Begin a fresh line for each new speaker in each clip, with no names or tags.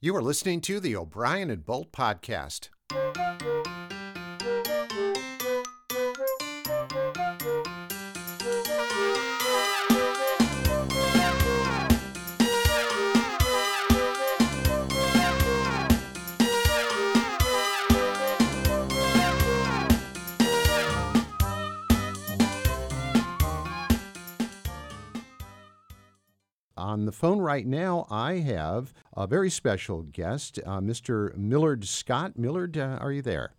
You are listening to the O'Brien and Bolt podcast. On the phone right now, I have a very special guest, uh, Mr. Millard Scott. Millard, uh, are you there?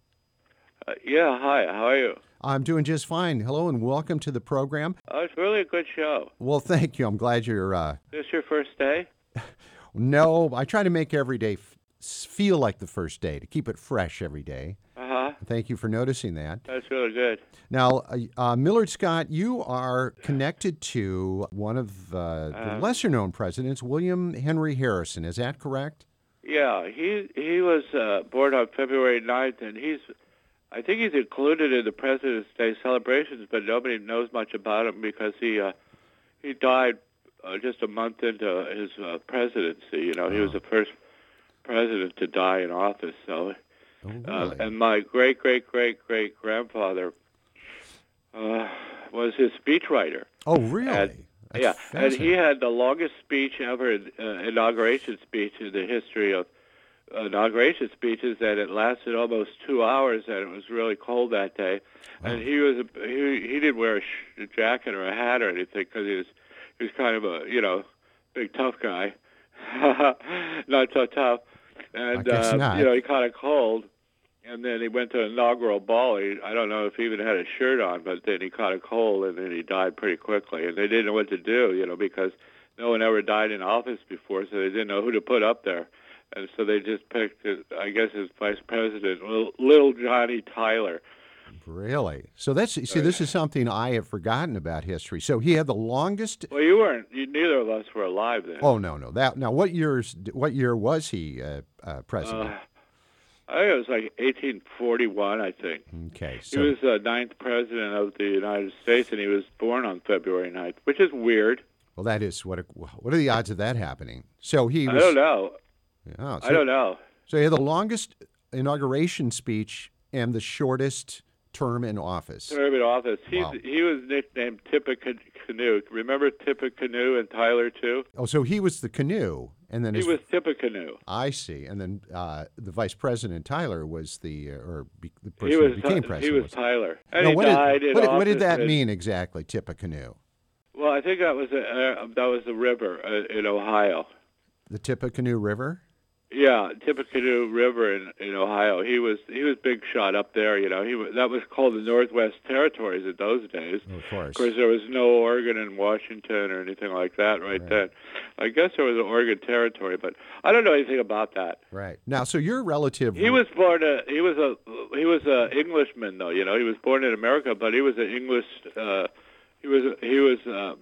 Uh, yeah, hi. How are you?
I'm doing just fine. Hello and welcome to the program.
Oh, it's really a good show.
Well, thank you. I'm glad you're. Uh,
This your first day?
no, I try to make every day f- s- feel like the first day, to keep it fresh every day.
Uh huh.
Thank you for noticing that.
That's really good.
Now, uh, uh, Millard Scott, you are connected to one of uh, the lesser known presidents, William Henry Harrison. Is that correct?
Yeah, he he was uh, born on February 9th, and he's, I think he's included in the President's Day celebrations, but nobody knows much about him because he uh, he died uh, just a month into his uh, presidency. You know, he was the first president to die in office. So,
Oh,
uh,
really?
and my great great great great grandfather uh, was his speechwriter.
Oh, really? That's
yeah, and he
fascinating.
had the longest speech ever, uh, inauguration speech in the history of inauguration speeches, and it lasted almost two hours, and it was really cold that day. And he was a, he he didn't wear a, sh- a jacket or a hat or anything because he was he was kind of a you know big tough guy, not so tough, and
guess
uh,
not.
you know he caught a cold. And then he went to an inaugural ball. He, I don't know if he even had a shirt on, but then he caught a cold and then he died pretty quickly. And they didn't know what to do, you know, because no one ever died in office before, so they didn't know who to put up there. And so they just picked, his, I guess, his vice president, little, little Johnny Tyler.
Really? So that's
Oh,
see, this is something I have forgotten about history. So he had the longest.
Well, you weren't. You, neither of us were alive then.
Oh no, no. That now, what years? What year was he uh, uh, president?
I think it was like 1841, I think.
okay,
He
so
was the ninth president of the United States, and he was born on February 9th, which is weird.
well, that is what. What are the odds of that happening? So he
I
was.
don't know.
Oh, so,
I don't know.
So he had the longest inauguration speech and the shortest term in office.
Term in office. He
Wow.
he was nicknamed Tippecanoe. Remember Tippecanoe and Tyler too?
Oh, so he was the canoe, and then
He
his,
was Tippecanoe.
I see, and then uh, the vice president Tyler was the uh, or be, the person
He was
who became
Ty-
president.
he was
was-
Tyler, and
Now,
he
what
died
did,
in
what, did-
office.
what did that
in-
mean exactly? Tippecanoe,
Well, I think that was a, uh, that was the river uh, in Ohio.
the Tippecanoe River.
Yeah, Tippecanoe River in, in Ohio. He was he was big shot up there. You know, he was, that was called the Northwest Territories in those days.
Oh, of course.
Of course, there was no Oregon and Washington or anything like that right,
Right.
then. I guess there was an Oregon Territory, but I don't know anything about that.
Right now, so your relative.
He was born a he was a he was a Englishman though you know he was born in America but he was an English uh, he was he was uh,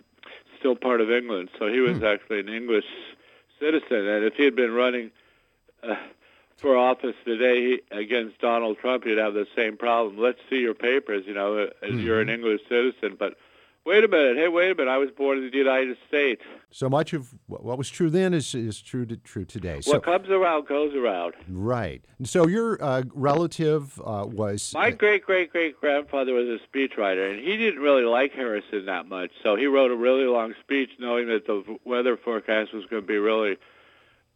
still part of England so he was actually an English citizen and if he had been running uh, for office today he, against Donald Trump he'd have the same problem let's see your papers you know uh, you're an English citizen but wait a minute hey wait a minute I was born in the United States
so much of what what was true then is is true to, true today. So
what comes around goes around
right. So your uh, relative uh, was
My great great great grandfather was a speechwriter, and he didn't really like Harrison that much. So he wrote a really long speech, knowing that the weather forecast was going to be really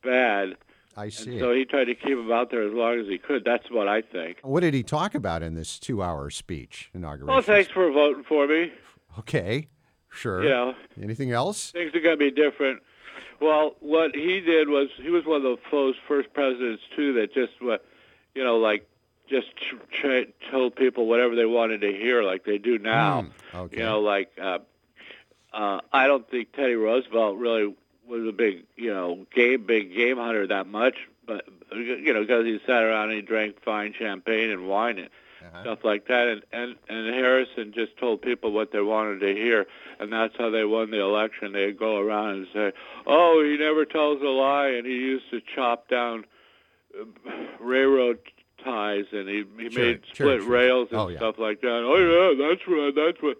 bad.
I
And
see.
so he tried to keep him out there as long as he could. That's what I think.
What did he talk about in this two-hour speech inauguration?
Well, thanks for voting for me.
Okay, sure.
You know,
Anything else?
things are going to be different. Well, what he did was he was one of the first first presidents too that just what, you know, like just ch- ch- told people whatever they wanted to hear, like they do now.
Hmm, okay.
You know, like uh, uh, I don't think Teddy Roosevelt really was a big, you know, game big game hunter that much, but you know, because he sat around and he drank fine champagne and wine and
Uh-huh.
stuff like that, and, and and Harrison just told people what they wanted to hear, and that's how they won the election. They'd go around and say, "Oh, he never tells a lie," and he used to chop down uh, railroad ties, and he he
Sure,
made
sure,
split
sure.
rails and
Oh, yeah.
stuff like that. Oh yeah, that's right. That's what.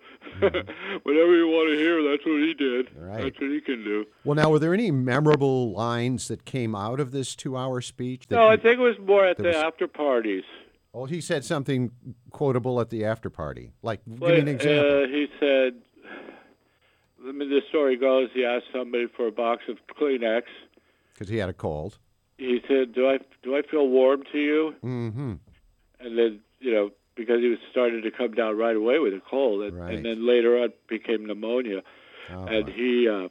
whatever you want to hear, that's what he did.
Right.
That's what he can do.
Well, now, were there any memorable lines that came out of this two-hour speech? That
No, I
you-
think it was more at the
there was-
after parties.
Oh, he said something quotable at the after party. Like, give
Well,
me an example.
Uh, he said, I mean, the story goes, he asked somebody for a box of Kleenex.
Because he had a cold.
He said, do I, do I feel warm to you?
Mm-hmm.
And then, you know, because he was starting to come down right away with a cold. And,
Right.
and then later on became pneumonia.
Oh,
and
boy.
he, uh,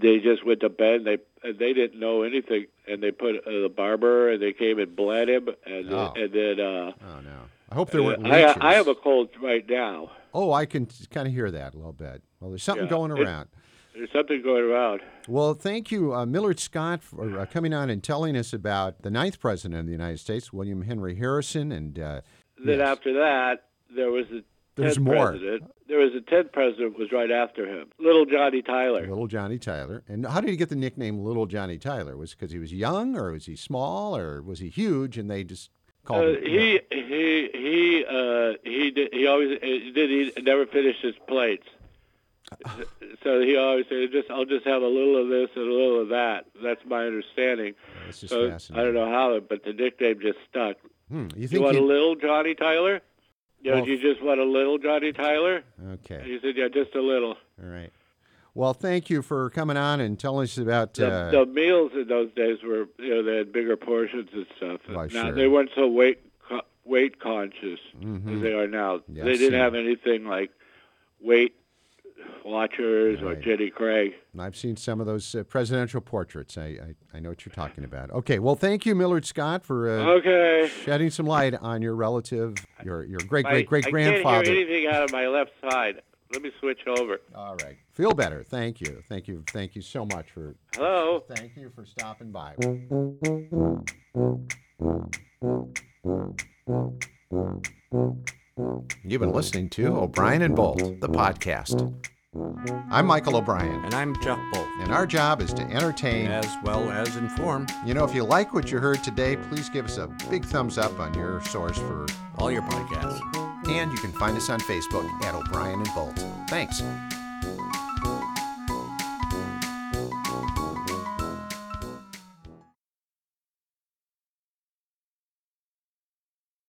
they just went to bed. And they and they didn't know anything. And they put uh, the barber, and they came and bled him. And
Oh.
and then uh,
oh, no. I hope there weren't
I,
leeches.
I have a cold right now.
Oh, I can kind of hear that a little bit. Well, there's something
Yeah.
going
It-
around.
There's something going around.
Well, thank you, uh, Millard Scott, for uh, coming on and telling us about the ninth president of the United States, William Henry Harrison, and uh,
Then
Yes.
after that, there was a
There's
10th
more.
president. There was a tenth president was right after him. Little Johnny Tyler.
Little Johnny Tyler. And how did he get the nickname Little Johnny Tyler? Was because he was young, or was he small, or was he huge, and they just called
Uh,
him?
he he he uh, he did, he always uh, he did he never finished his plates. So he always said, "Just I'll just have a little of this and a little of that." That's my understanding.
That's just
So uh, I don't
fascinating.
know how, but the nickname just stuck.
Hmm, you
You
think?
want a
he-
little Johnny Tyler? You know,
Well-
do you just want a little Johnny Tyler? And
okay.
he said, "Yeah, just a little."
All right. Well, thank you for coming on and telling us about.
the,
Uh,
the meals in those days were you know they had bigger portions and stuff.
Why,
now
sure.
they weren't so weight co- weight conscious as they are now.
Mm-hmm. Yeah,
they
I've
didn't
seen
have anything like weight watchers or
Right.
Jenny Craig.
I've seen some of those uh, presidential portraits. I, I I know what you're talking about. Okay. Well, thank you, Millard Scott, for uh,
Okay.
shedding some light on your relative, your your great
My-
great great
I can't
grandfather.
hear anything out of my left side. Let me switch over.
All right. Feel better. Thank you. Thank you. Thank you so much for
Hello.
Thank you for stopping by. You've been listening to O'Brien and Bolt, the podcast. I'm Michael O'Brien,
And I'm Jeff Bolt,
and our job is to entertain.
as well as inform
You know, if you like what you heard today, please give us a big thumbs up on your source for.
all your podcasts.
And you can find us on Facebook at O'Brien and Bolt. Thanks.